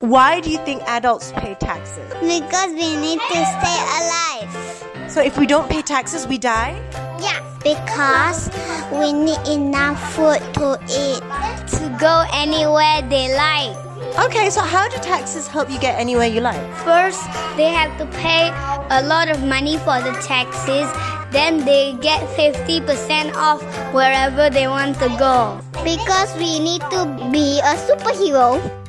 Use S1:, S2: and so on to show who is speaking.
S1: Why do you think adults pay taxes?
S2: Because we need to stay alive.
S1: So if we don't pay taxes, we die?
S2: Yeah. Because we need enough food to eat. To go anywhere they like.
S1: Okay, so how do taxes help you get anywhere you like?
S2: First, they have to pay a lot of money for the taxes. Then they get 50% off wherever they want to go. Because we need to be a superhero.